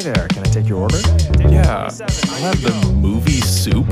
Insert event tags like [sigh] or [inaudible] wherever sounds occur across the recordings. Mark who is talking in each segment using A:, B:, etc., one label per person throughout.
A: there. Can I take your order?
B: Yeah, I'll have the movie soup.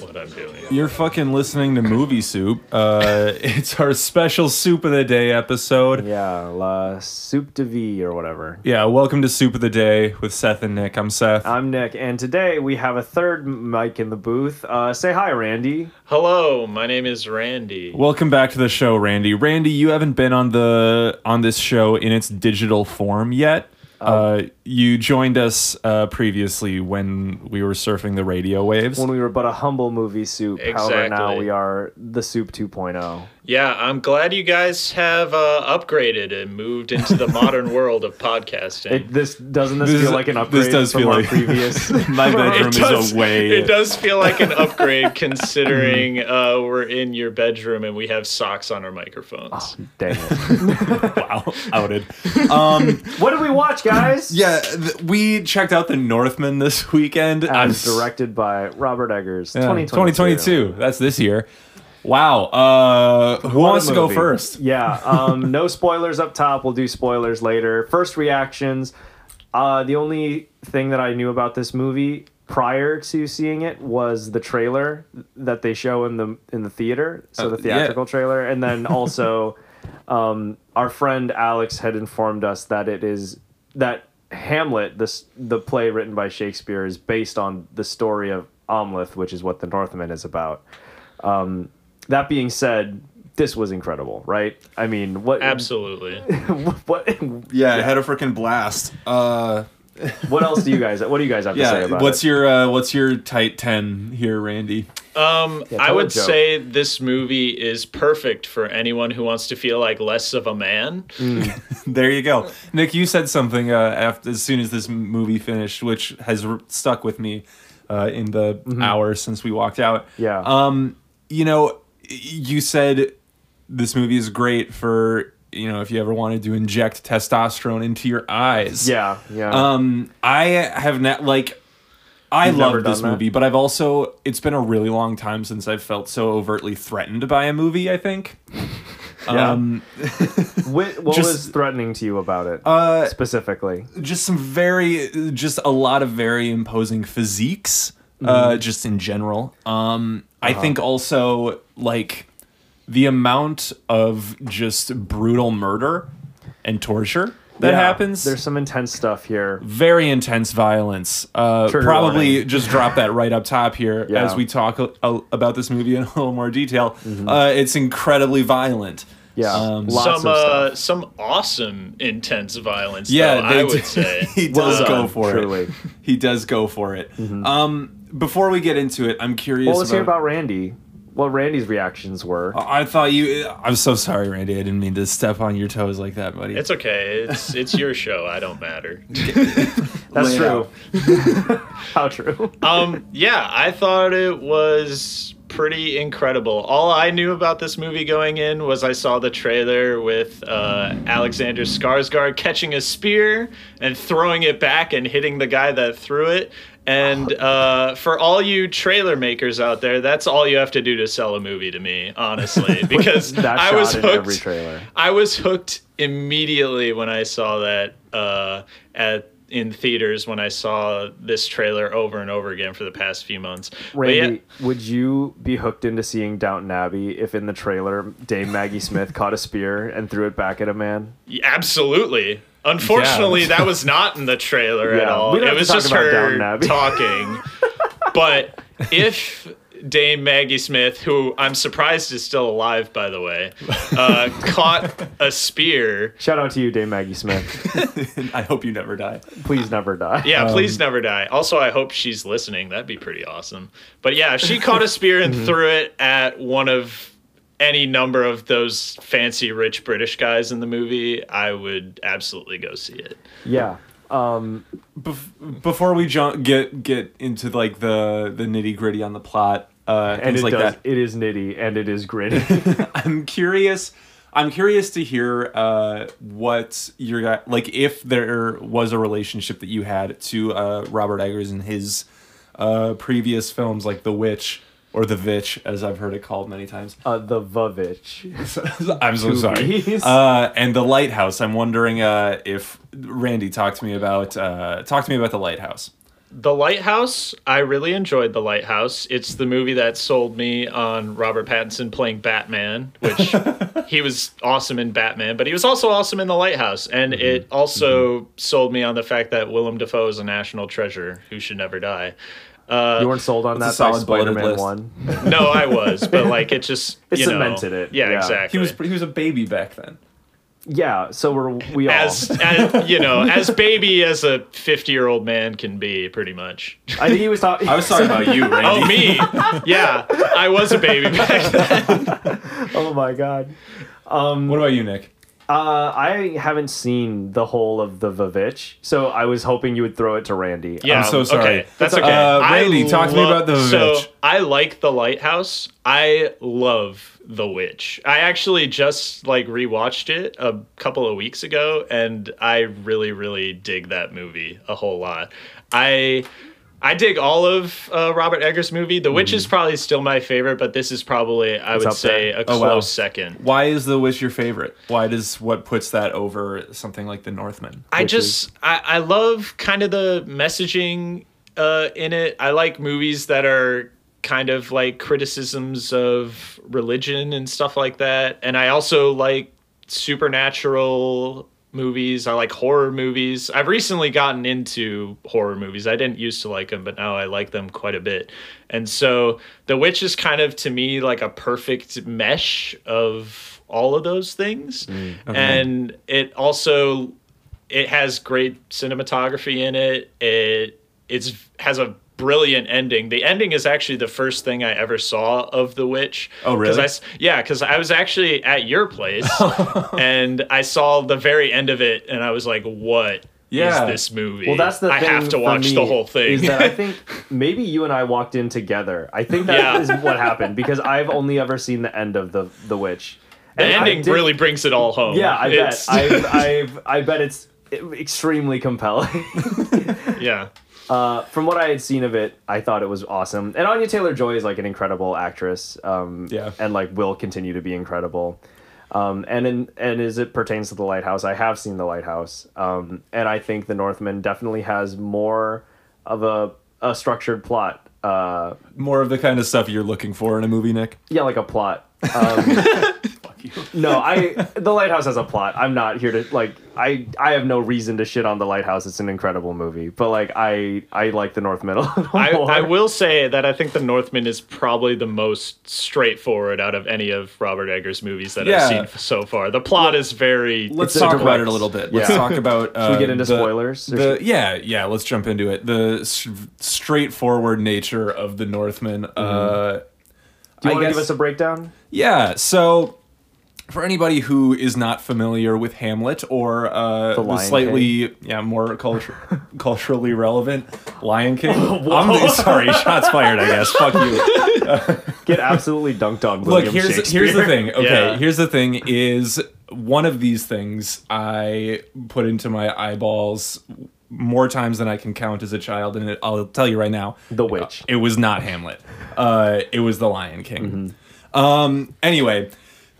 C: What I'm doing.
B: You're fucking listening to Movie Soup. Uh, [laughs] it's our special Soup of the Day episode.
A: Yeah, la soup de vie or whatever.
B: Yeah, welcome to Soup of the Day with Seth and Nick. I'm Seth.
A: I'm Nick, and today we have a third mic in the booth. Uh, say hi, Randy.
C: Hello, my name is Randy.
B: Welcome back to the show, Randy. Randy, you haven't been on the on this show in its digital form yet.
A: Oh.
B: Uh, you joined us uh, previously when we were surfing the radio waves.
A: When we were but a humble movie soup, however, now
C: Exactly.
A: we are the soup oh. 2.0.
C: Yeah, I'm glad you guys have uh, upgraded and moved into the modern world of podcasting.
A: It, this doesn't this,
B: This
A: feel
B: is-
A: like an
B: this
A: upgrade
B: does
A: from
B: feel
A: our
B: like- [laughs]
A: previous? [laughs]
B: My bedroom is a way. Mm.
C: It does feel like an
B: [laughs]
C: upgrade considering uh, we're in your bedroom and we have socks on our microphones.
B: Ah.
A: Dang it!
B: Wow, outed.
A: What did we watch, guys?
B: Yeah, th- we checked out The Northman this weekend. I'm
A: As
B: s-
A: directed by Robert Eggers.
B: Yeah,
A: 2022.
B: 2022. That's this year. Wow. Uh, who
A: What a
B: wants to go
A: movie. [laughs]
B: first?
A: Yeah. Um, no spoilers up top. We'll do spoilers later. First reactions. Uh, the only thing that I knew about this movie prior to seeing it was the trailer that they show in the in the theater. So the
B: Uh, yeah.
A: theatrical trailer, and then
B: [laughs]
A: also um, our friend Alex had informed us that it is that Hamlet, this the play written by Shakespeare, is based on the story of Amleth, which is what the Northman is about. Um, that being said, this was incredible, right? I mean, what
C: Absolutely.
A: [laughs] what
B: Yeah, I had a freaking blast. Uh,
A: what else do you guys what do you guys have to say
B: yeah.
A: about
B: What's
A: it?
B: your uh, What's your tight ten here, Randy?
C: Um,
A: Yeah,
C: I
A: tell a
C: would
A: joke.
C: say this movie is perfect for anyone who wants to feel like less of a man.
B: There you go, Nick. You said something uh, after as soon as this m- movie finished, which has r stuck with me uh, in the hour since we walked out.
A: Mm-hmm. Yeah.
B: Um, you know, y- you said this movie is great for you know if you ever wanted to inject testosterone into your eyes.
A: yeah yeah
B: Um, I have not like. I
A: You've never
B: love
A: done
B: this
A: that?
B: movie, but I've also it's been a really long time since I've felt so overtly threatened by a movie. I think.
A: Yeah.
B: Um, [laughs]
A: Wh- what
B: just-
A: was threatening to you about it
B: uh,
A: specifically?
B: just some very just a lot of very imposing physiques
A: Mm-hmm.
B: uh just in general um i
A: Uh-huh.
B: think also like the amount of just brutal murder and torture that
A: Yeah,
B: happens
A: There's some intense stuff here.
B: very intense violence uh
A: Trigger
B: probably
A: warning.
B: just drop that right up top here
A: Yeah.
B: as we talk a, a- about this movie in a little more detail uh it's incredibly violent
A: Mm-hmm. Yeah,
B: um,
A: lots of
C: some
A: stuff.
C: uh, some awesome intense violence.
B: Yeah,
C: though,
B: they
C: I
B: do-
C: would say.
B: [laughs] he does
C: Well
B: go
A: done,
B: for
A: truly.
B: [laughs] it. He does go for it. Um, before we get into it, I'm curious.
A: Mm-hmm. Well, let's hear about Randy. What Randy's reactions were.
B: I thought you. I'm so sorry, Randy. I didn't mean to step on your toes like that, buddy.
C: It's okay. It's it's your show. I don't matter.
A: That's
B: Lay it
A: true. [laughs] How true.
B: Uh,
C: Um, yeah, I thought it was pretty incredible. All I knew about this movie going in was I saw the trailer with uh, Alexander Skarsgård catching a spear and throwing it back and hitting the guy that threw it. And uh, for all you trailer makers out there, that's all you have to do to sell a movie to me,
A: [laughs]
C: honestly, because
A: That
C: I
A: shot
C: was
A: in
C: hooked.
A: every trailer.
C: I was hooked immediately when I saw that uh, at in theaters when I saw this trailer over and over again for the past few months. But yeah-
A: Randy, would you be hooked into seeing Downton Abbey if in the trailer Dame Maggie Smith caught a spear and threw it back at a man?
C: absolutely. Unfortunately, that was not in the trailer at
A: Yeah,
C: all.
A: we don't
C: It
A: have
C: was
A: to talk
C: just
A: about
C: her
A: Downton Abbey.
C: talking.
A: [laughs]
C: but if Dame Maggie Smith, who I'm surprised is still alive, by the way, uh, caught a spear
A: Shout out to you, Dame Maggie
B: [laughs]
A: Smith.
B: [laughs] I hope you never die.
A: Please never die.
C: Yeah, please never die. Also, I hope she's listening. That'd be pretty awesome. But yeah, if she caught a spear and threw it at one of any number of those fancy rich British guys in the movie, I would absolutely go see it.
A: Yeah. Um,
B: Bef- before we jump, get get into like the the nitty gritty on the plot, uh,
A: and
B: things
A: it
B: like
A: does.
B: that.
A: It is nitty and it is gritty.
B: [laughs] I'm curious. I'm curious to hear uh, what your guy like if there was a relationship that you had to uh, Robert Eggers and his uh, previous films like The Witch or the Vitch, as I've heard it called many times.
A: Uh, the Vavitch.
B: Uh, I'm [laughs] so
A: Two
B: sorry.
A: V's.
B: Uh, and the lighthouse. I'm wondering uh, if Randy talked to me about uh, talk to me about the lighthouse.
C: The Lighthouse, I really enjoyed The Lighthouse. It's the movie that sold me on Robert Pattinson playing Batman, which he was awesome in Batman, but he was also awesome in The Lighthouse. And it also sold me on the fact that Willem Dafoe is a national treasure who should never die. Uh,
A: you weren't sold on that
B: a
A: by
B: solid bulleted
A: Spider-Man
B: list.
A: one.
C: No, I was, but like it just
A: [laughs] It
C: you know,
A: cemented it,
C: Yeah,
A: yeah.
B: He
C: exactly.
B: was he was a baby back then.
A: Yeah, so we're we all
C: as, as you know, as baby as a fifty-year-old man can be, pretty much.
A: I think he was talking.
B: [laughs] I was talking about you, Randy.
C: Oh me,
B: [laughs]
C: yeah, I was a baby back then.
A: [laughs] oh my god.
B: What about you, Nick?
A: Uh, I haven't seen the whole of the Vavitch, so I was hoping you would throw it to Randy. Um,
C: Yeah,
B: I'm so sorry.
C: Okay, that's
B: Uh,
C: okay.
B: Randy,
C: I
B: talk to me
C: lo-
B: about The
C: So
B: Witch.
C: I like The Lighthouse. I love The Witch. I actually just like rewatched it a couple of weeks ago, and I really, really dig that movie a whole lot. I. I dig all of uh, Robert Eggers' movie. The
B: Hmm.
C: Witch is probably still my favorite, but this is probably, I would
A: up
C: say,
A: there.
C: a
B: Oh,
C: close
B: wow.
C: second.
B: Why is The Witch your favorite? Why does what puts that over something like The Northman?
C: I
A: which is-
C: just I, I love kind of the messaging uh, in it. I like movies that are kind of like criticisms of religion and stuff like that. And I also like supernatural movies. I like horror movies. I've recently gotten into horror movies. I didn't used to like them, but now I like them quite a bit. And so The Witch is kind of to me like a perfect mesh of all of those things.
A: Mm.
C: And it also it has great cinematography in it. It it's has a brilliant ending. The ending is actually the first thing I ever saw of The Witch.
B: Oh, really?
C: 'Cause I s- yeah, because I was actually at
A: [laughs]
C: your place and I saw the very end of it, and I was like, "What is
B: Yeah.
C: this movie?
A: Well, that's the
C: I
A: thing
C: have to
A: for
C: watch
A: me
C: the whole thing."
A: Is
C: [laughs]
A: that I think maybe you and I walked in together. I think that
C: Yeah.
A: is what happened because I've only ever seen the end of the the witch.
C: the
A: And I
C: ending
A: did-
C: really brings it all home.
A: Yeah, I bet.
C: It's- [laughs]
A: I I I bet it's extremely compelling. [laughs]
C: [laughs] yeah.
A: Uh, from what I had seen of it, I thought it was awesome. And Anya Taylor Joy is like an incredible actress, um,
B: Yeah.
A: and like will continue to be incredible. Um, and in, and as it pertains to the lighthouse, I have seen the lighthouse, um, and I think the Northman definitely has more of a a structured plot. Uh,
B: More of the kind of stuff you're looking for in a movie, Nick.
A: yeah, like a plot.
B: [laughs]
A: Um, no, I the lighthouse has a plot. I'm not here to like I I have no reason to shit on the lighthouse. It's an incredible movie, but like I I like the Northman a [laughs] little
B: [laughs]
C: I,
A: more.
C: I will say that I think The Northman is probably the most straightforward out of any of Robert Eggers' movies that
B: Yeah.
C: I've seen f- so far. The plot is very.
B: Let's
A: It's a
B: talk about
A: direct-
B: it a little bit. Let's
A: yeah. [laughs]
B: talk about. Uh,
A: Should we get into
B: the-
A: spoilers? Or
B: the-
A: should-
B: yeah, yeah. Let's jump into it. The s- straightforward nature of the Northman. Uh,
A: Mm-hmm. Do you
B: I
A: want to give
B: guess-
A: us a breakdown?
B: Yeah, so for anybody who is not familiar with Hamlet or uh, the
A: Lion
B: slightly yeah more cultu- culturally relevant Lion King, I'm sorry, shots fired. I guess fuck you.
A: Get absolutely dunked on.
B: Look,
A: William
B: here's
A: Shakespeare.
B: here's the
A: [laughs]
B: thing. Okay,
C: Yeah.
B: here's the thing is one of these things I put into my eyeballs more times than I can count as a child, and it, I'll tell you right now,
A: The Witch.
B: it was not Hamlet. Uh, it was The Lion King.
A: Mm-hmm.
B: Um, anyway,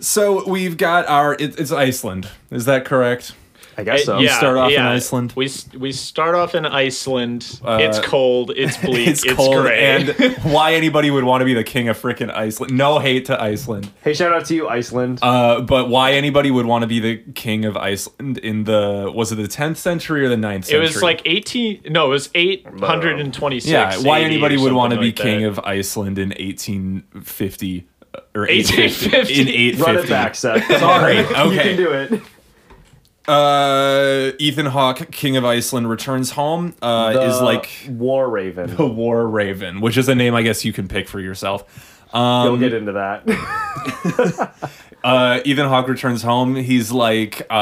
B: so we've got our. It, it's Iceland. Is that correct?
A: [laughs] I guess so.
C: yeah,
B: start off in
C: yeah.
B: Iceland? Uh,
C: We s- we start off in Iceland. it's cold.
B: [laughs]
C: It's bleak. it's, gray.
B: and why anybody would want to be the king of frickin' Iceland? No hate to Iceland,
A: Hey, shout out to you, Iceland.
B: uh, but why anybody would want to be the king of Iceland in the was it the 10th century or the 9th
C: it
B: century?
C: was like eighteen. No, it was eight hundred and twenty-six.
B: yeah. Why anybody would
C: want to
B: be king of Iceland in 1850 uh, or
C: 1850.
B: 1850 in
A: Run
B: 850?
A: it back, Seth. [laughs]
B: Sorry.
A: you can
B: Okay.
A: do it.
B: Uh, Ethan Hawke, King of Iceland, returns home. Uh, is
A: The
B: like
A: War Raven.
B: the War Raven, which is a name I guess you can pick for yourself. Um,
A: We'll get into that.
B: Uh, Ethan Hawke returns home. He's like, uh,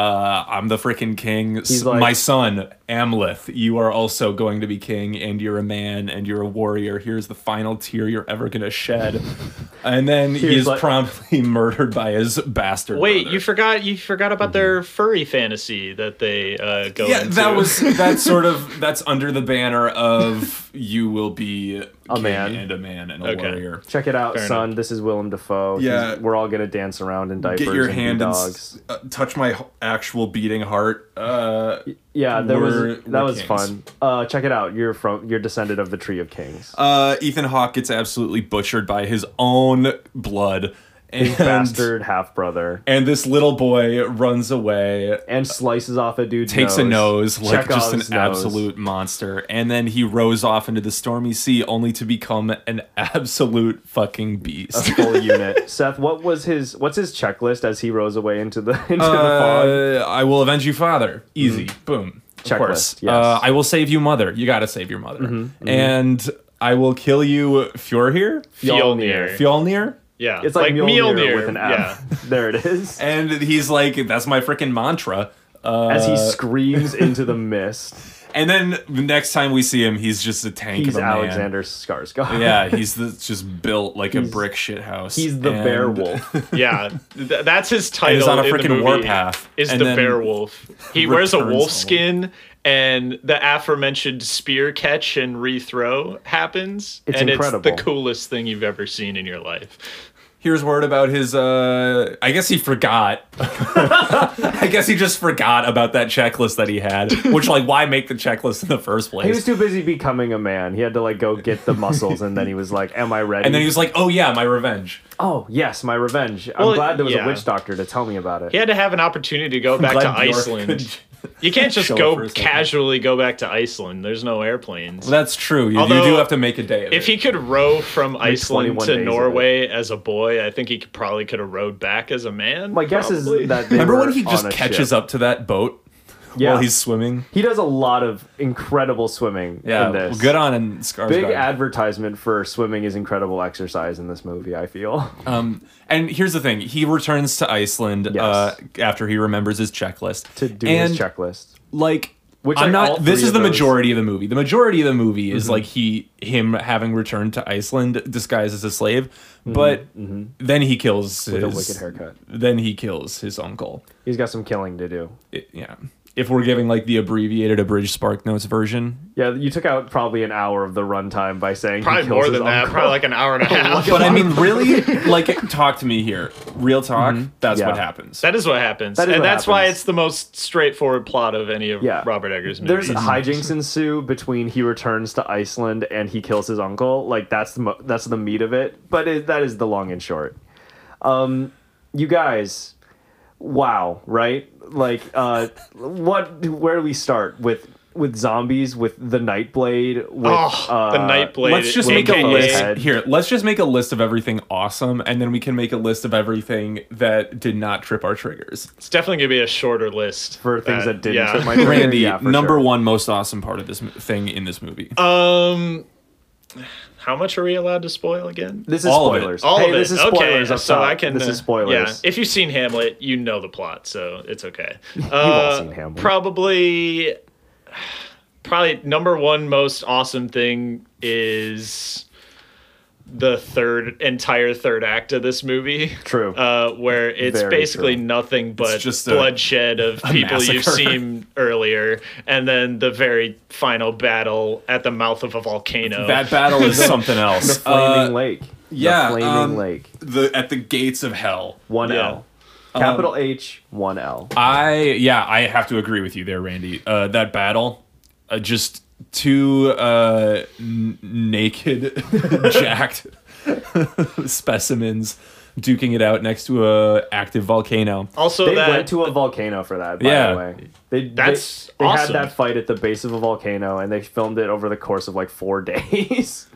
B: I'm the freaking king. S-
A: like-
B: my son, Amleth, you are also going to be king, and you're a man, and you're a warrior. Here's the final tear you're ever
A: [laughs]
B: gonna shed, and then he
A: Here's
B: is
A: like-
B: promptly [laughs] murdered by his bastard.
C: Wait,
B: brother.
C: you forgot you forgot about their furry fantasy that they uh, go
B: Mm-hmm. yeah,
C: into.
B: that
C: [laughs]
B: was that's sort of that's under the banner of you will be a
A: man.
B: and a man and a
C: Okay.
B: warrior.
A: Check it out,
C: Fair
A: son. This is Willem Dafoe. He's-
B: Yeah.
A: we're all gonna dance around in diapers.
B: Get your
A: and be
B: hand and
A: dogs.
B: s- uh, touch my h- actual beating heart. Uh,
A: yeah, there
B: We're-
A: was that
B: we're
A: was
B: kings.
A: fun. Uh, check it out. You're from you're descended of the tree of kings.
B: uh, Ethan Hawke gets absolutely butchered by his own blood, and
A: Bastard half brother.
B: and this little boy runs away.
A: And slices off a dude.
B: Takes a nose like just an
A: Chekhov's nose.
B: absolute monster, and then he rows off into the stormy sea, only to become an absolute
A: [laughs]
B: fucking beast.
A: full unit. Seth, what was his what's his checklist as he rows away into the [laughs] into the fog?
B: Uh, I will avenge you, father. Easy. Boom. Of
A: Mm-hmm. Checklist,
B: course.
A: yes. Mm-hmm,
B: Uh, I will save you, mother. You gotta save your mother. And I will kill you, Fjorhir.
C: Fjolnir.
B: Fjolnir.
C: yeah,
A: It's like, Mjolnir,
C: Mjolnir,
A: with an F. [laughs] There it is.
B: And he's like, that's my freaking mantra. Uh,
A: As he screams into
B: [laughs]
A: the mist,
B: and then the next time we see him, he's just a tank
A: he's
B: of a man.
A: Alexander Skarsgård.
B: Yeah, he's the, just built like a brick shit house.
A: [laughs] He's the
B: And-
A: bear wolf.
B: [laughs]
C: Yeah, Th- that's his title.
B: And he's on a
C: in the
B: freaking
C: movie
B: warpath,
C: Is
B: and
C: the
B: then
C: bear wolf?
B: [laughs]
C: He wears a
B: returns
C: wolf
B: home.
C: skin, and the aforementioned spear catch and rethrow happens.
A: It's
C: and
A: incredible.
C: It's the coolest thing you've ever seen in your life.
B: Here's word about his. uh I guess he forgot. [laughs] I guess he just forgot about that checklist that he had. Which, like, why make the checklist in the first place?
A: He was too busy becoming a man. He had to like go get the muscles, and then he was like, "Am I ready?"
B: and then he was like, "Oh yeah, my revenge."
A: "Oh yes, my revenge."
C: Well,
A: I'm glad there was
C: yeah.
A: a witch doctor to tell me about it.
C: He had to have an opportunity to go back to
B: Glad Bjork
C: Iceland.
B: could-
C: You can't just
B: Show up for
C: go
B: a second.
C: casually go back to Iceland. There's no airplanes.
B: That's true. You, you do
C: Although,
B: have to make a day of
C: If
B: it.
C: he could row from Iceland
A: 21 days
C: to
A: of it.
C: Norway as a boy, I think he could, probably could have rowed back as a man.
A: My guess
C: probably.
A: is that they
B: Remember
A: were
B: when he
A: on
B: just
A: a
B: catches
A: ship.
B: up to that boat
A: Yeah,
B: while he's swimming?
A: he does a lot of incredible swimming.
B: Yeah,
A: in this.
B: well, good on him, Skarsgård.
A: Big advertisement for swimming is incredible exercise in this movie. I feel [laughs]
B: Um, and here's the thing: he returns to Iceland
A: Yes.
B: uh, after he remembers his checklist
A: to do
B: and,
A: his checklist.
B: Like,
A: Which,
B: I'm
A: like, all
B: not. This
A: three
B: is
A: of
B: the
A: those- Mm-hmm.
B: majority of the movie. The majority of the movie is like he, him having returned to Iceland disguised as a slave, but then he kills
A: Mm-hmm, a
B: his
A: wicked haircut.
B: Then he kills his uncle.
A: He's got some killing to do.
B: It- yeah. If we're giving like the abbreviated abridged Spark Notes version,
A: Yeah, you took out probably an hour of the runtime by saying he
C: probably
A: kills
C: more
A: his
C: than that.
A: uncle.
C: Probably like an hour
B: [laughs]
C: and a half.
B: but I mean,
A: [laughs]
B: really, like, talk to me here. Real talk. That's
A: Mm-hmm. Yeah.
B: what happens.
C: That is what happens,
A: That is
C: and
A: what
C: that's why
A: happens.
C: it's the most straightforward plot of any of
A: Yeah.
C: Robert Eggers' movies.
A: There's hijinks ensue between he returns to Iceland and he kills his uncle. Like that's the mo- that's the meat of it. But it, that is the long and short. Um, you guys, wow, right? Like, uh, what? Where do we start with? With zombies, with the Nightblade, with
C: oh,
A: uh,
C: the Nightblade.
B: let's just
A: Will
B: make a
A: Dafoe's
B: list
A: head.
B: here. Let's just make a list of everything awesome, and then we can make a list of everything that did not trip our triggers.
C: It's definitely gonna be a shorter list
A: for things that didn't.
C: yeah.
A: fit my [laughs]
B: Randy,
A: yeah, for
B: number
A: sure.
B: one most awesome part of this m- thing in this movie.
C: um, [laughs] how much are we allowed to spoil again?
A: This is
B: all of it.
A: spoilers.
C: All
A: hey,
C: of it.
A: this is
C: okay,
A: spoilers. up
C: so
A: top.
C: I can.
A: This
C: uh,
A: is spoilers.
C: Yeah, if you've seen Hamlet, you know the plot, so
A: [laughs]
C: it's okay. You've
A: seen Hamlet.
C: Probably, probably number one most awesome thing is the third entire third act of this movie.
A: True.
C: Uh, where it's
A: Very
C: basically
A: true.
C: nothing but
B: just a-
C: bloodshed of people you've
B: massacre.
C: seen earlier, and then the very final battle at the mouth of a volcano.
B: that battle [laughs] is something else.
A: the flaming
B: Uh,
A: lake.
B: yeah,
A: the flaming
B: um,
A: lake.
B: the at the gates of hell.
A: One
C: Yeah.
A: L. Capital
B: Um,
A: H. One L.
C: Oh,
B: I yeah, I have to agree with you there, Randy. Uh, that battle, uh, just two uh, n- naked, [laughs] jacked [laughs] specimens duking it out next to a active volcano.
C: also,
A: They
C: that
A: went to a volcano for that. By
B: Yeah.
A: the way, they
C: That's
A: they, they
C: awesome.
A: had that fight at the base of a volcano, and they filmed it over the course of like four [laughs] days.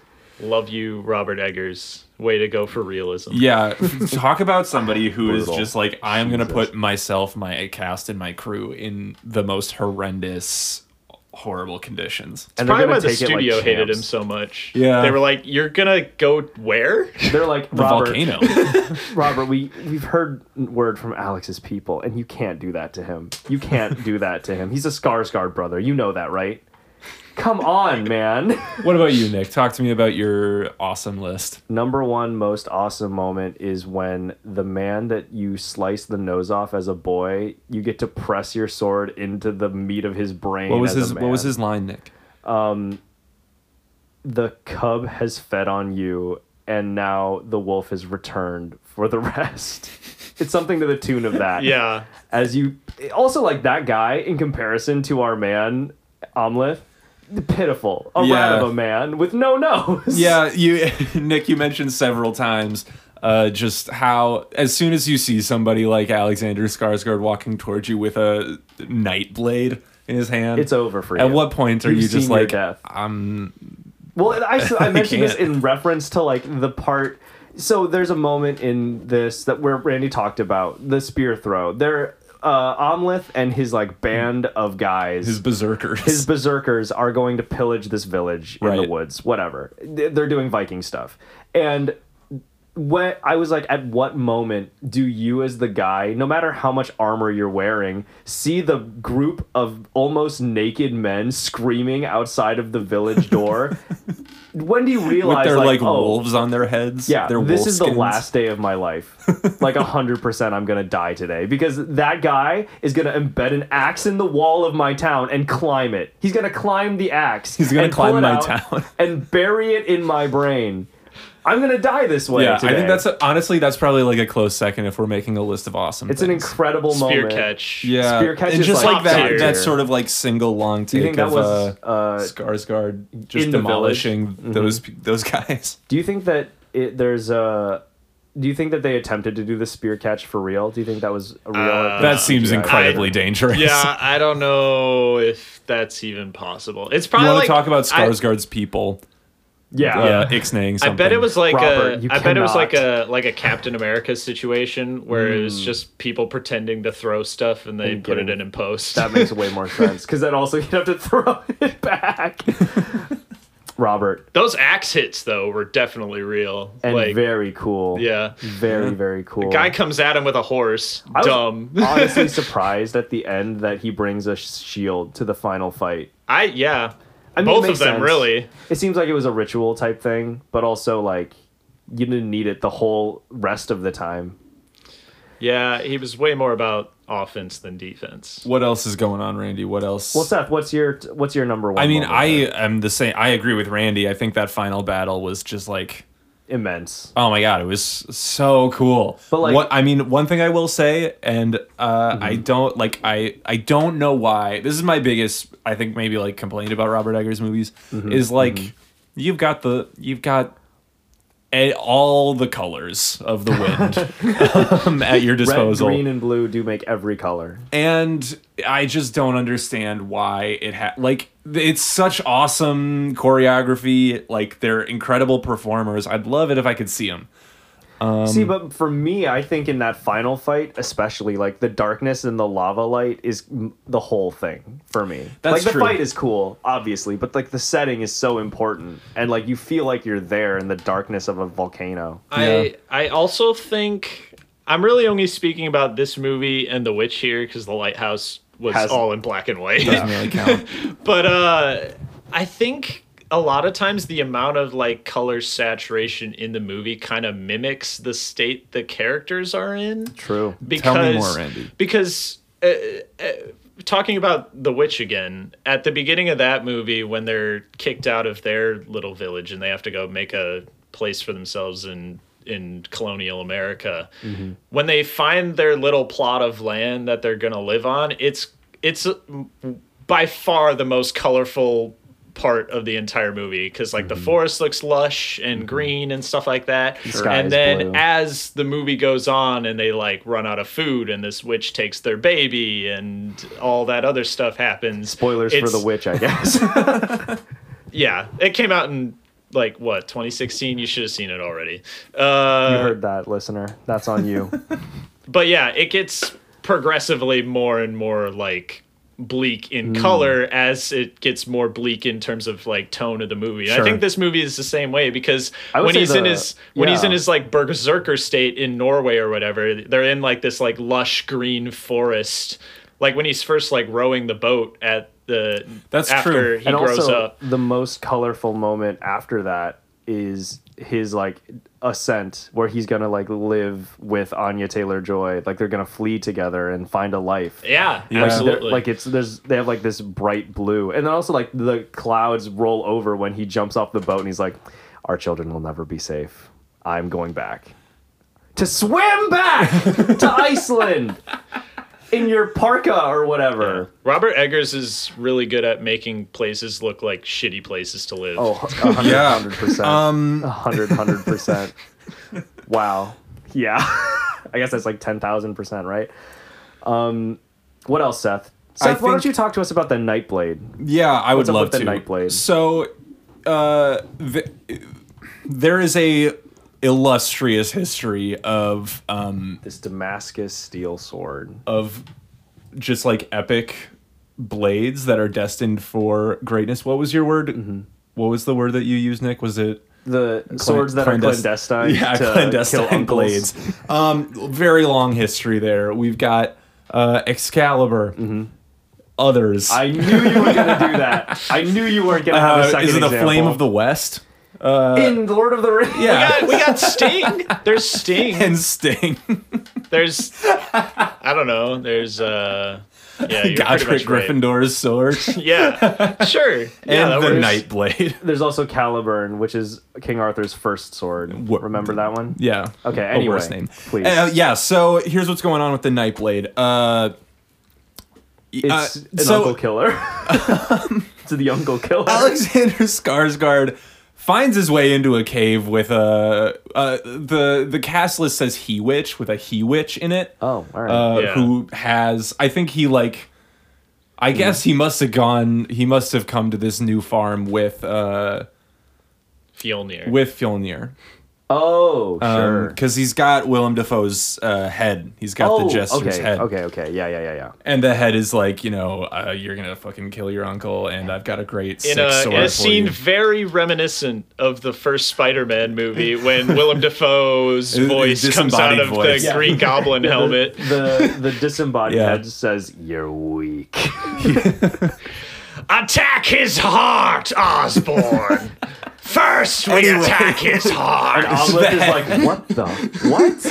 C: Love you, Robert Eggers. Way to go for realism.
B: Yeah, talk about somebody who is
A: Brutal.
B: just like I'm going to
A: Jesus.
B: put myself, my cast and my crew in the most horrendous horrible conditions.
A: and
C: Probably why
A: gonna
C: the
A: it like
C: studio hated
A: champs.
C: him so much.
B: Yeah.
C: They were like, you're gonna
B: [laughs]
C: go where?
A: They're like
B: The
A: Robert.
B: volcano.
A: Robert, we we've heard word from Alex's people, and you can't do that to him. You can't do that to him. He's a Skarsgård brother. You know that, right? Come on, man. [laughs]
B: what about you, Nick? Talk to me about your awesome list.
A: Number one most awesome moment is when the man that you slice the nose off as a boy, you get to press your sword into the meat of his brain.
B: What was
A: as a
B: his What was
A: man.
B: his line, Nick?
A: The cub has fed on you, and now the wolf has returned for the [laughs] rest. It's something to the tune of that.
C: Yeah.
A: as you also like that guy in comparison to our man Omleth, pitiful, a
B: Yeah.
A: rat of a man with no nose.
B: Yeah, you, [laughs] Nick. You mentioned several times uh, just how as soon as you see somebody like Alexander Skarsgård walking towards you with a knight blade in his hand,
A: it's over for you.
B: At what point are
A: You've
B: you just
A: seen your
B: like
A: death.
B: I'm?
A: Well, and I,
B: [laughs]
A: I mentioned this
B: can't.
A: in reference to like the part. So there's a moment in this that where Randy talked about the spear throw. There, uh, Omleth and his like band of guys,
B: His berserkers.
A: his berserkers are going to pillage this village in the
B: Right.
A: woods whatever They- they're doing viking stuff and what i was like at what moment do you as the guy no matter how much armor you're wearing see the group of almost naked men screaming outside of the village door
B: [laughs]
A: when do you
B: with
A: realize
B: their like,
A: like, oh,
B: wolves on their heads.
A: yeah,
B: their
A: this
B: wolf
A: is the
B: skins.
A: last day of my
B: [laughs]
A: life. Like hundred percent, I'm gonna die today because that guy is gonna embed an axe in the wall of my town and climb it. He's gonna climb the axe. He's
B: gonna climb my town. [laughs]
A: and bury it in my brain. I'm gonna die this way.
B: Yeah, I
A: today.
B: think that's a, honestly that's probably like a close second if we're making a list of awesome.
A: it's an
B: things.
A: incredible
C: Spear
A: moment.
C: catch.
B: yeah,
A: spear catch
B: and
A: is,
B: just
A: like,
B: like, that
C: top
B: that
A: tier.
B: sort of like single long
A: Do
B: take
A: you think that
B: of
A: was?
B: uh,
A: Uh,
B: Skarsgård just
A: in the Mm-hmm.
B: demolishing those pe- those guys.
A: do you think that it, there's a? Do you think that they attempted to do the spear catch for real? Do you think that was a real?
C: Uh,
B: That seems
A: CGI?
B: incredibly dangerous. [laughs]
C: Yeah, I don't know if that's even possible. It's
B: You
C: probably
B: want
C: like,
B: to talk about
C: I-
B: Skarsgård's people?
A: Yeah.
B: Uh, Ixnaying
C: I
B: something.
C: bet it was like
A: Robert,
C: a.
A: you
C: I bet it was like
A: cannot. Hmm.
C: a like a Captain America situation where it was just people pretending to throw stuff and they
A: And
C: put it
A: getting-
C: in in post.
A: That makes way more sense because then also [laughs] you'd have to throw it
C: [laughs]
A: back. Robert
C: [laughs] Those axe hits though were definitely real.
A: and
C: like
A: very cool.
C: yeah,
A: very very cool.
C: guy comes at him with a horse.
A: I was
C: Dumb. [laughs]
A: honestly surprised at the end that he brings a sh- shield to the final fight.
C: I yeah.
A: I mean, it
C: Both of
A: makes
C: them
A: sense.
C: really.
A: It seems like it was a ritual type thing, but also like you didn't need it the whole rest of the time.
C: Yeah, he was way more about offense than defense.
B: What else is going on, Randy? What else?
A: Well, Seth, what's your what's your number one?
B: I mean,
A: moment
B: I
A: there?
B: am the same. I agree with Randy. I think that final battle was just like,
A: immense.
B: oh my god, it was so cool.
A: But, like- Mm-hmm.
B: what I mean, one thing I will say, and uh, I don't like, I I don't know why. This is my biggest, I think, maybe like complaint about Robert Eggers movies
A: Mm-hmm.
B: is like, you've got the you've got. a- all the colors of the wind
A: [laughs]
B: um, at your
A: Red,
B: disposal.
A: green, and blue do make every color.
B: and I just don't understand why it had like it's such awesome choreography. Like they're incredible performers. I'd love it if I could see them.
A: See, but for me, I think in that final fight, especially like the darkness and the lava light is m- the whole thing for me.
B: That's
A: like the
B: true.
A: fight is cool, obviously, but like the setting is so important, and like you feel like you're there in the darkness of a volcano.
B: Yeah.
C: I I also think I'm really only speaking about this movie and The Witch here because The Lighthouse was
A: Has-
C: all in black and white.
B: Doesn't really count.
C: [laughs] but uh, I think a lot of times the amount of like color saturation in the movie kind of mimics the state the characters are in.
A: True.
C: Because
B: Tell me more, Randy.
C: because uh, uh, talking about the witch again at the beginning of that movie when they're kicked out of their little village and they have to go make a place for themselves in in colonial America,
B: Mm-hmm.
C: when they find their little plot of land that they're gonna live on, it's it's uh, by far the most colorful part of the entire movie because like
B: Mm-hmm.
C: the forest looks lush and green and stuff like that
A: sky
C: and
A: is
C: then
A: blue.
C: as the movie goes on and they like run out of food and this witch takes their baby and all that other stuff happens
A: Spoilers
C: it's-
A: for the witch, I guess.
C: yeah it came out in like what 2016 you should have seen it already uh
A: you heard that, listener. That's on you.
C: but yeah, it gets progressively more and more like bleak in
A: Hmm.
C: color as it gets more bleak in terms of like tone of the movie. And
B: Sure.
C: I think this movie is the same way because
A: I would
C: when
A: say
C: he's in
A: the-
C: his when he's in
A: yeah.
C: his like berserker state in Norway or whatever, they're in like this like lush green forest. Like when he's first like rowing the boat at the
B: That's
C: after
B: true.
C: he
A: and
C: grows
A: also
C: up.
A: the most colorful moment after that is his like ascent where he's gonna like live with Anya Taylor Joy. Like they're gonna flee together and find a life.
C: Yeah,
B: Yeah.
A: Like, they're-
C: absolutely.
A: Like it's there's they have like this bright blue, and then also like the clouds roll over when he jumps off the boat, and he's like, "Our children will never be safe. I'm going back to swim
B: [laughs]
A: back to Iceland in your parka or whatever."
C: Robert Eggers is really good at making places look like shitty places to live.
A: Oh, a hundred
B: Yeah.
A: hundred percent.
B: Um,
A: A hundred hundred percent. Wow. Yeah. [laughs] I guess that's like ten thousand percent, right? Um, what else, Seth? Seth, why don't
B: think-
A: you talk to us about the Nightblade?
B: Yeah, I would
A: up
B: love
A: with the
B: to.
A: Nightblade?
B: So, uh, th- there is a illustrious history of um,
A: This Damascus steel sword.
B: of just like epic blades that are destined for greatness. What was your word?
A: Mm-hmm.
B: What was the word that you used, Nick? Was it
A: the swords that are
B: clandest-
A: clandestine
B: [laughs] yeah,
A: to
B: clandestine
A: kill uncles.
B: blades. Um, very long history there. We've got uh, Excalibur, others.
A: Mm-hmm. I knew you were gonna do that. I knew you weren't gonna have a
B: uh,
A: second
B: is it the
A: example.
B: Flame of the West?
A: in Lord of the Rings?
B: Yeah.
C: God, [laughs]
B: [laughs]
C: we got Sting. There's Sting.
B: and Sting.
C: There's I don't know. There's uh yeah, [laughs] you're
B: Godric
C: pretty much right.
B: Gryffindor's sword.
C: [laughs] Yeah, sure. yeah,
B: and
C: that
B: the
C: works.
A: [laughs]
B: Nightblade. [laughs]
A: There's also Caliburn, which is King Arthur's first sword.
B: Wha-
A: Remember that one?
B: Yeah.
A: Okay,
B: A
A: anyway,
B: worse name.
A: please.
B: Uh, yeah. So here's what's going on with the Nightblade. Uh,
A: It's
B: uh,
A: an uncle
B: [laughs]
A: killer. to the uncle killer.
B: Alexander [laughs] Skarsgård finds his way into a cave with a uh, the the cast list says he witch with a he witch in it.
A: Oh, all right.
B: uh,
C: Yeah.
B: who has I think he like I
C: Hmm.
B: guess he must have gone he must have come to this new farm with uh
C: Fjolnir.
B: with Fjolnir.
A: oh,
B: um,
A: sure.
B: Because he's got Willem Dafoe's uh, head. He's got
A: oh,
B: the jester's
A: okay,
B: head.
A: okay, okay. Yeah, yeah, yeah, yeah.
B: And the head is like, you know, uh, you're going to fucking kill your uncle, and I've got a great
C: in
B: six
C: a,
B: sword
C: in a
B: for
C: scene
B: you.
C: very reminiscent of the first Spider-Man movie when
B: [laughs]
C: Willem Dafoe's
B: His- his
C: voice comes out
B: disembodied
C: of
B: voice.
C: the
B: Yeah. [laughs]
C: Green Goblin helmet.
A: The the disembodied
B: Yeah.
A: head says, You're weak.
C: Attack his heart,
B: [laughs]
C: Osborne. First, we
B: Anyway. [laughs]
C: attack his heart.
A: Omelette is like, What the what?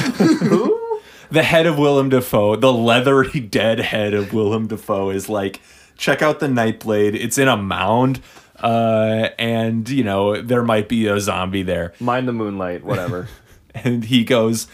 A: Who?
B: The head of Willem Dafoe, the leathery [laughs] dead head of Willem Dafoe, is like, check out the Nightblade. It's in a mound. Uh, and, you know, there might be a zombie there.
A: Mind the moonlight, whatever.
B: and he goes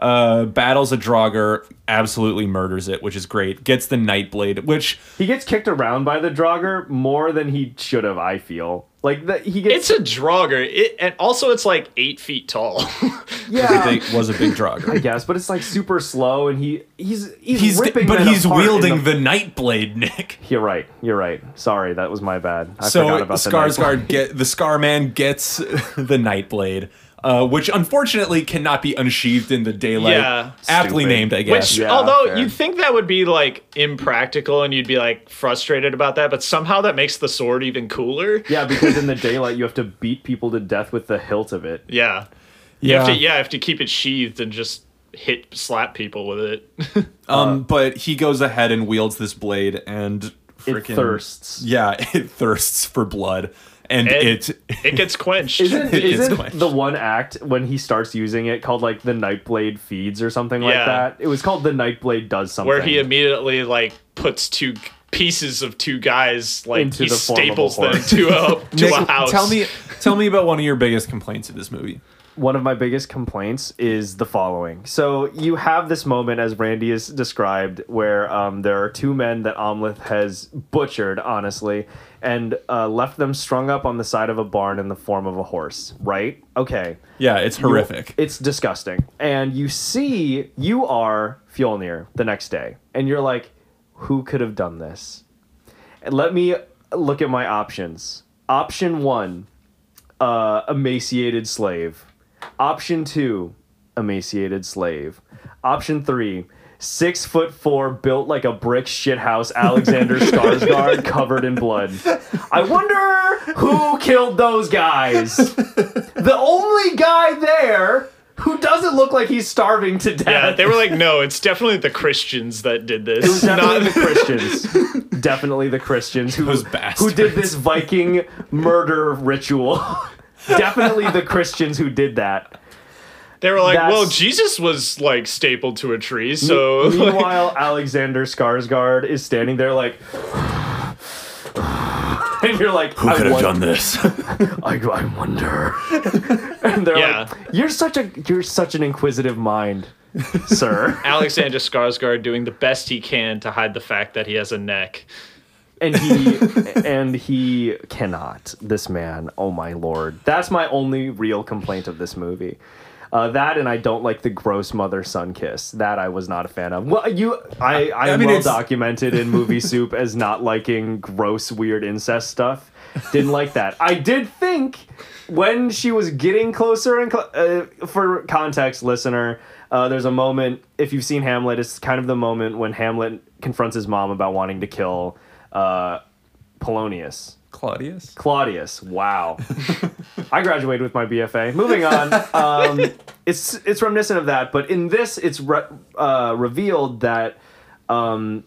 B: uh battles a draugr absolutely murders it which is great gets the nightblade which
A: he gets kicked around by the Draugr more than he should have, I feel. Like that he
C: It's
A: gets
C: a Draugr. It, and also, it's like eight feet tall. [laughs]
A: yeah,
B: they- was a
A: [laughs]
B: big draugr
A: I guess, but it's like super slow and he he's he's,
B: he's
A: ripping
B: but
A: men
B: he's
A: apart in
B: wielding
A: the,
B: the, nightblade nick
A: You're right. You're right. Sorry, that was my bad. I
B: so
A: forgot about the Nightblade.
B: Skarsgård get the Scarman gets [laughs] the Nightblade, uh, which unfortunately cannot be unsheathed in the daylight.
C: Yeah.
B: aptly
A: Stupid.
B: named, I guess.
C: Which,
A: Yeah,
C: although
A: fair.
C: you'd think that would be like impractical and you'd be like frustrated about that, but somehow that makes the sword even cooler.
A: Yeah, because in the daylight you have to beat people to death with the hilt of it.
C: Yeah. You have to, yeah, have to keep it sheathed and just hit, slap people with it. [laughs]
B: Um, but he goes ahead and wields this blade and
A: It
B: freaking
A: thirsts.
B: Yeah, [laughs] it thirsts for blood, and
C: And-
B: it
C: it gets
A: [laughs]
C: quenched.
A: Isn't,
B: It gets
A: isn't
B: quenched.
A: the one act when he starts using it called like the Nightblade feeds or something
C: Yeah.
A: like that? It was called the Nightblade does something.
C: where he immediately like puts two g- pieces of two guys like
A: Into
C: he
A: the form of a
C: staples them
A: horse.
C: to a [laughs]
A: [laughs]
C: to
B: Nick,
C: a house.
B: Tell me, tell me about one of your biggest complaints of this movie.
A: one of my biggest complaints is the following. So you have this moment, as Randy has described, where um, there are two men that Omleth has butchered, honestly, and uh, left them strung up on the side of a barn in the form of a horse. Right? Okay.
B: Yeah, it's horrific.
A: It's disgusting. And you see, you are Fjolnir the next day, and you're like, who could have done this? And let me look at my options. Option one, uh, emaciated slave. Option two, emaciated slave. Option three, six foot four, built like a brick shithouse, Alexander Skarsgård, covered in blood. I wonder who killed those guys. The only guy there who doesn't look like he's starving to death.
C: Yeah, they were like, no, it's definitely the Christians that did this.
A: Definitely
C: Not [laughs]
A: the Christians. Definitely the Christians who,
B: Those
A: who
B: bastards.
A: did this Viking murder
C: [laughs]
A: ritual. Definitely the Christians who did that.
C: they were like, well,
A: That's-
C: Jesus was like stapled to a tree, so [laughs] like,
A: Meanwhile, Alexander Skarsgård is standing there like, [sighs] and you're like, I, won-
B: this? [laughs]
A: I, I wonder. [laughs] and they're
C: Yeah.
A: like, you're such a you're such an inquisitive mind, sir. [laughs]
C: Alexander Skarsgård doing the best he can to hide the fact that he has a neck.
A: and he and he cannot this man oh my lord that's my only real complaint of this movie uh, that and I don't like the gross mother son kiss. That I was not a fan of. Well, you, I, I,
B: I
A: am
B: mean,
A: well
B: it's-
A: documented in
B: [laughs]
A: movie soup as not liking gross, weird incest stuff. Didn't like that. I did think when she was getting closer and cl- uh, for context, listener, uh, there's a moment. If you've seen Hamlet, it's kind of the moment when Hamlet confronts his mom about wanting to kill uh, Polonius.
B: Claudius.
A: Claudius. Wow. I graduated with my BFA. Moving on. Um, it's it's reminiscent of that, but in this, it's re- uh, revealed that um,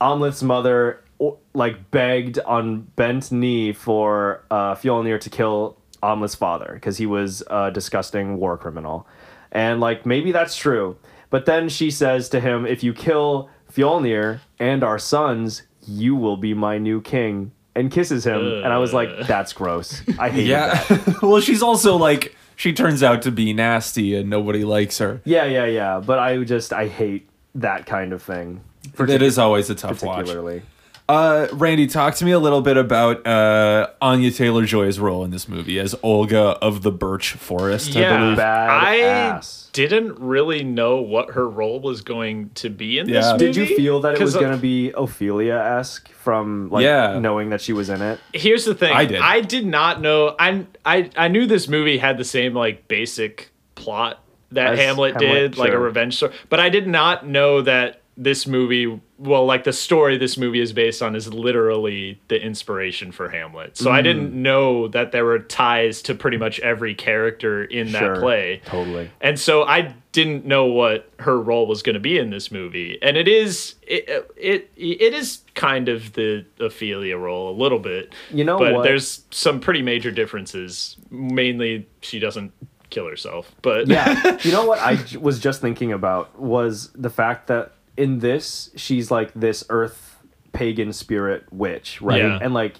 A: Omelette's mother o- like begged on bent knee for uh, Fjolnir to kill Omelette's father because he was a disgusting war criminal, and like maybe that's true. But then she says to him, "If you kill Fjolnir and our sons, you will be my new king." And kisses him, and I was like, "That's gross. I hate that."
B: Yeah. [laughs] well, she's also like she turns out to be nasty and nobody likes her.
A: Yeah, yeah, yeah. But I just I hate that kind of thing
B: That is always a tough watch.
A: particularly.
B: Uh, Randy, talk to me a little bit about uh, Anya Taylor Joy's role in this movie as Olga of the Birch Forest. I believe.
A: Bad
C: I
A: ass.
C: didn't really know what her role was going to be in this
B: Yeah.
C: movie.
A: Did you feel that it was
C: 'Cause, uh,
A: gonna be Ophelia esque from like
B: Yeah.
A: knowing that she was in it?
C: Here's the thing.
B: I did.
C: I did not know. I I I knew this movie had the same like basic plot that
A: As
C: Hamlet,
A: Hamlet,
C: did, like a
A: sure.
C: revenge story. But I did not know that this movie, well, like the story this movie is based on, is literally the inspiration for Hamlet. So I
B: Mm.
C: didn't know that there were ties to pretty much every character in
A: Sure.
C: that play.
A: Totally.
C: And so I didn't know what her role was going to be in this movie. And it is it it it is kind of the Ophelia role a little bit.
A: You know
C: but
A: what?
C: there's some pretty major differences. Mainly she doesn't kill herself, but
A: Yeah. you know what I j- was just thinking about was the fact that in this she's like this earth pagan spirit witch, right?
C: Yeah.
A: And like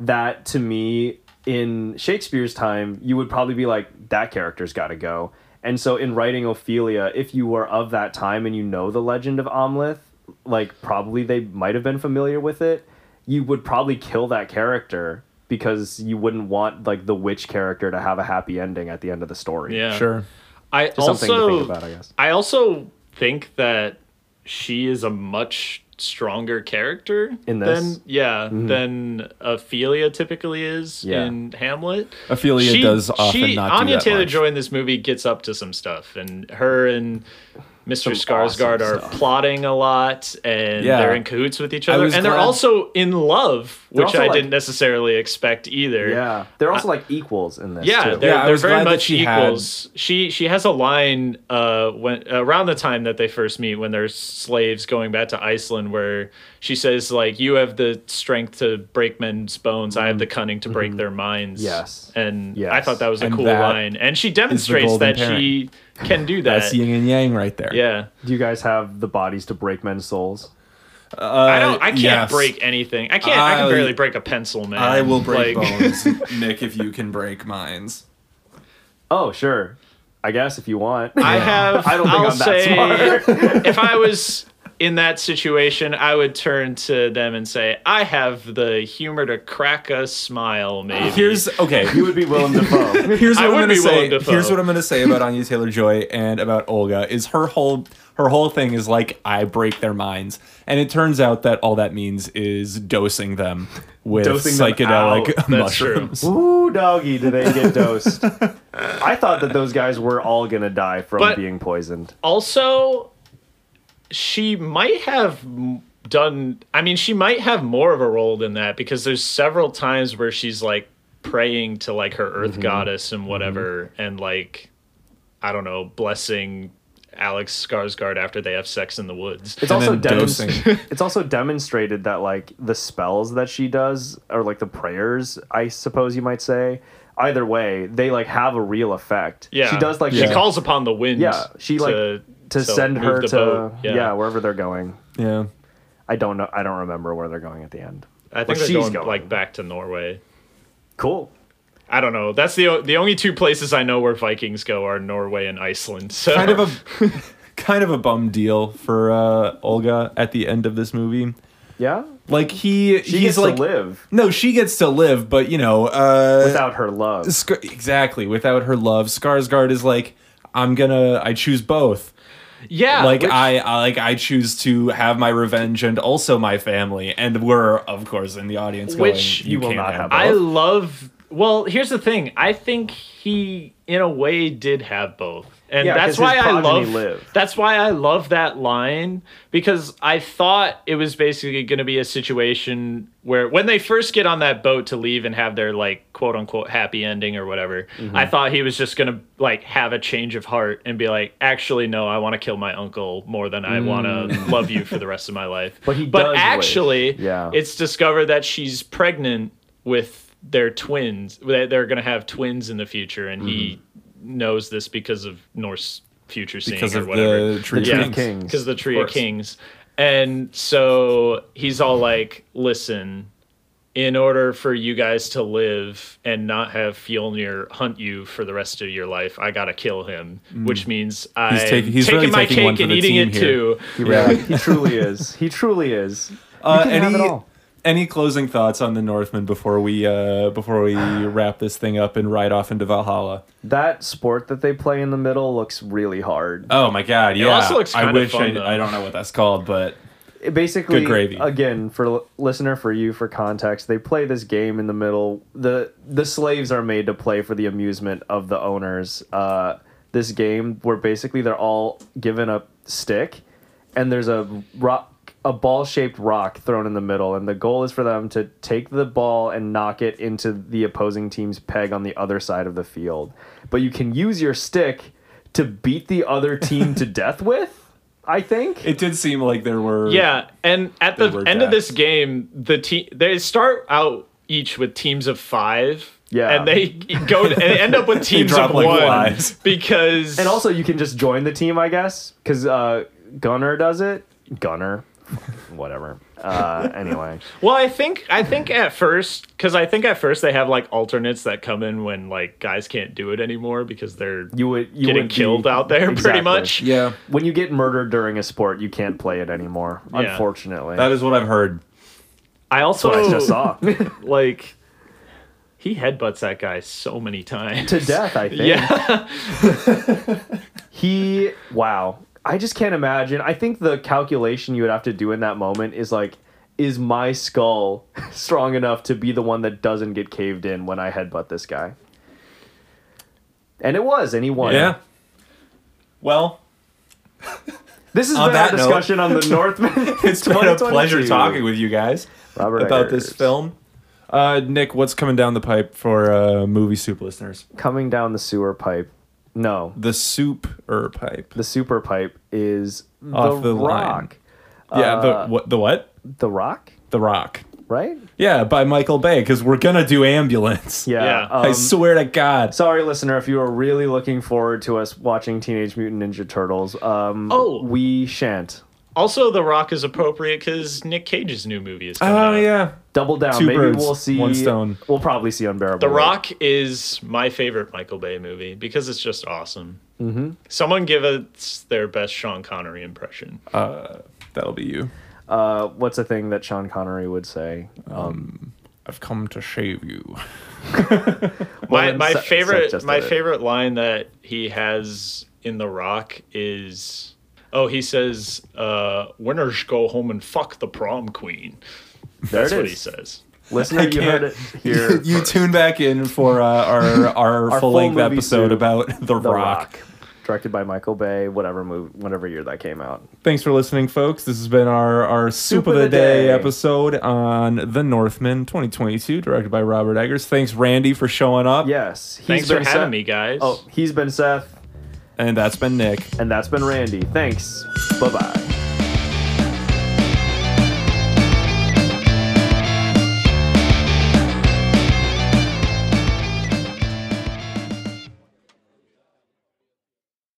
A: that to me in Shakespeare's time, you would probably be like that character's got to go. And so in writing Ophelia, if you were of that time and you know the legend of Amleth, like probably they might have been familiar with it, you would probably kill that character because you wouldn't want like the witch character to have a happy ending at the end of the story.
C: [laughs] yeah.
B: Sure.
C: I also
A: something to think about, I guess.
C: I also think that she is a much stronger character
A: In this?
C: than yeah
B: Mm-hmm.
C: than Ophelia typically is
A: Yeah.
C: in Hamlet.
B: Ophelia does often
C: she,
B: not do
C: Anya
B: that
C: Taylor
B: much.
C: Joy in this movie gets up to some stuff, and her and Mr.
A: Some awesome
C: Skarsgård are
A: stuff.
C: plotting a lot, and
B: Yeah.
C: they're in cahoots with each
B: I
C: other, and
B: was
C: they're
B: glad-
C: also in love, which
A: also,
C: I
A: like-
C: didn't necessarily expect either.
A: Yeah, they're also like equals in this.
C: Yeah,
A: too.
C: they're,
B: Yeah, I
C: they're
B: was
C: very
B: glad that
C: much
B: she had-
C: equals. She she has a line uh when around the time that they first meet when they're slaves going back to Iceland where she says like you have the strength to break men's bones, I have the cunning to break their minds.
A: Mm-hmm. Yes.
C: And I
A: Yes.
C: thought that was a
B: And
C: cool
B: that
C: line. And she demonstrates
B: golden
C: that she can do that.
B: That's yin and yang right there.
C: yeah.
A: Do you guys have the bodies to break men's souls?
C: I don't I can't
B: Uh, yes.
C: break anything. I can't I, can
B: I-
C: barely break a pencil, man.
B: I will break
C: Like, [laughs]
B: bones, Nick, if you can break mines.
A: Oh, sure. I guess if you want.
C: I have.
A: I don't think
C: I'll
A: I'm that
C: say, [laughs] if I was in that situation, I would turn to them and say, "I have the humor to crack a smile." Maybe
B: Here's okay.
A: [laughs] Oh, you would be Willem [laughs] Dafoe.
B: Here's
C: I
B: what I'm
C: would
B: gonna
C: be
B: say.
C: Willem Dafoe.
B: Here's what I'm gonna say about Anya Taylor Joy and about Olga is her whole her whole thing is like I break their minds, and it turns out that all that means is dosing them with
A: Dosing them [laughs] out.
B: psychedelic
C: Oh, That's true.
B: mushrooms.
A: Ooh, doggy, do they get [laughs] dosed? I thought that those guys were all gonna die from
C: But-
A: being poisoned.
C: also she might have m- done i mean she might have more of a role than that because there's several times where she's like praying to like her
A: Mm-hmm.
C: earth goddess and whatever and like i don't know blessing alex skarsgård after they have sex in the woods
A: It's
B: And
A: also
B: then dosing.
C: [laughs]
A: demonstrated. it's also demonstrated that like the spells that she does, or like the prayers, I suppose you might say. Either way, they like have a real effect.
C: yeah
A: she does like
C: she
B: Yeah.
C: calls upon the wind
A: yeah she like to, send
C: move
A: her
C: the
A: to
C: boat.
A: yeah. wherever they're going.
B: Yeah.
A: I don't know. I don't remember where they're going at the end.
C: i
A: Well,
C: think they're going,
A: she's going.
C: like back to norway
A: Cool.
C: I don't know. That's the o- the only two places I know where Vikings go are Norway and Iceland. So
B: Kind of a [laughs] kind of a bum deal for uh, Olga at the end of this movie.
A: Yeah,
B: Like he
A: she
B: he's
A: gets
B: like
A: to live
B: No, she gets to live, but you know, uh
A: without her love.
B: Scar- exactly, without her love, Skarsgård is like I'm going to I choose both.
C: [laughs] yeah,
B: like
C: which-
B: I, I like I choose to have my revenge and also my family, and we're of course in the audience. Going,
C: Which
A: you will
B: can't
A: not have
C: I
A: both.
C: love. Well, here's the thing. I think he, in a way, did have both, and
A: Yeah,
C: that's
A: 'cause
C: why
A: his
C: I
A: progeny
C: love.
A: live.
C: That's why I love that line because I thought it was basically going to be a situation where, when they first get on that boat to leave and have their like quote unquote happy ending or whatever,
A: Mm-hmm.
C: I thought he was just going to like have a change of heart and be like, actually, no, I want to kill my uncle more than I want
A: Mm.
C: to love you for the rest of my life.
A: But he does
C: but
A: wish.
C: actually,
A: Yeah.
C: it's discovered that she's pregnant with their twins. that They're going to have twins in the future, and he
A: Mm-hmm.
C: knows this because of Norse future seeing
B: because
C: or
B: of
C: whatever.
B: the tree
A: The Tree
B: yeah.
A: of Kings.
C: because the Tree of,
B: course.
C: Kings. And so he's all like, "Listen, in order for you guys to live and not have Fjolnir hunt you for the rest of your life, I gotta kill him, which
A: Mm.
C: means I'm
B: taking- he's
C: taking
B: really
C: my
B: taking one
C: cake
B: for
C: and
B: the
C: eating
B: team
C: it
B: here.
C: too."
A: He really, he truly is. He truly is.
B: Uh,
A: You can have
B: any
A: it all.
B: any closing thoughts on the Northmen before we uh, before
A: [sighs]
B: we wrap this thing up and ride off into Valhalla?
A: That sport that they play in the middle looks really hard.
B: Oh my God! Yeah,
C: also looks
B: I
C: kind of
B: wish
C: fun, though.
B: I, I don't know what that's called, but
A: it basically
B: Good gravy.
A: again for l- listener for you for context they play this game in the middle the the slaves are made to play for the amusement of the owners uh, this game where basically they're all given a stick and there's a rock a ball shaped rock thrown in the middle and the goal is for them to take the ball and knock it into the opposing team's peg on the other side of the field but you can use your stick to beat the other team
B: [laughs]
A: to death with i think
B: it did seem like there were
C: Yeah, and at the
B: They were
C: end
B: jacked.
C: of this game, the team they start out each with teams of five.
A: Yeah.
C: and they go and they end
A: [laughs]
C: up with teams
B: drop
C: of
B: like
C: one
B: flies.
C: [laughs] because
A: And also, you can just join the team, I guess, because uh, Gunner does it. Gunner, [laughs] whatever. Uh, anyway,
C: well, I think I think at first because I think at first they have like alternates that come in when like guys can't do it anymore because they're
A: you would you
C: getting
A: would be-
C: killed out there
A: Exactly.
C: pretty much.
B: yeah.
A: When you get murdered during a sport, you can't play it anymore.
C: Yeah.
A: Unfortunately,
B: That is what I've heard.
C: I also
A: I just saw to
C: [laughs] like he headbutts that guy so many times.
A: death. I think.
C: yeah,
A: He wow. I just can't imagine. I think the calculation you would have to do in that moment is like, is my skull [laughs] strong enough to be the one that doesn't get caved in when I headbutt this guy? And it was, and he won.
B: Yeah. Well,
A: This has
B: On
A: been our
B: that note-
A: discussion on the
B: [laughs]
A: Northman.
B: it's been a pleasure talking with you guys
A: Robert
B: about this
A: Eggers.
B: film. Uh, Nick, what's coming down the pipe for uh, movie soup listeners?
A: Coming down the sewer pipe. No,
B: The soup er pipe.
A: the super pipe is the,
B: Off the line.
A: rock.
B: yeah,
A: Uh,
B: the what? The what?
A: The rock,
B: The Rock.
A: right?
B: Yeah, by Michael Bay because we're gonna do ambulance.
A: Yeah.
C: Yeah.
A: um,
B: [laughs] I swear to God.
A: sorry, listener, if you were really looking forward to us watching Teenage Mutant Ninja Turtles. Um,
C: Oh.
A: we shan't.
C: Also, The Rock is appropriate because Nick Cage's new movie is coming
B: Oh
A: uh,
C: out.
B: yeah.
A: Double down.
B: Two
A: Maybe
B: birds,
A: we'll see.
B: one stone.
A: We'll probably see unbearable.
C: The
A: Weight.
C: Rock is my favorite Michael Bay movie because it's just awesome. Mm-hmm. Someone give us their best Sean Connery impression.
B: Uh, that'll be you.
A: Uh, what's a thing that Sean Connery would say?
B: I've come to shave you.
C: my
A: then
C: my
A: Seth-
C: favorite
A: Seth just
C: my
A: did it.
C: favorite line that he has in The Rock is oh he says uh, winners go home and fuck the prom queen.
A: There
C: That's
A: it
C: what he
A: is.
C: says.
A: Listener, you heard
C: [laughs]
A: it here.
B: [laughs] you
A: first.
B: tune back in for uh, our our,
A: [laughs] Our
B: full length
A: full movie
B: episode
A: soup,
B: about The,
A: The
B: Rock.
A: Rock. directed by Michael Bay, whatever move, whatever year that came out.
B: Thanks for listening, folks. This has been our, our Soup, of the, day, episode on The Northman 2022, directed by Robert Eggers. Thanks, Randy, for showing up.
A: Yes, he's
C: Thanks for
A: been Oh,
C: having
A: Seth-
C: me, guys.
A: Oh, he's been Seth,
B: And that's been Nick.
A: and that's been Randy. Thanks. Bye bye.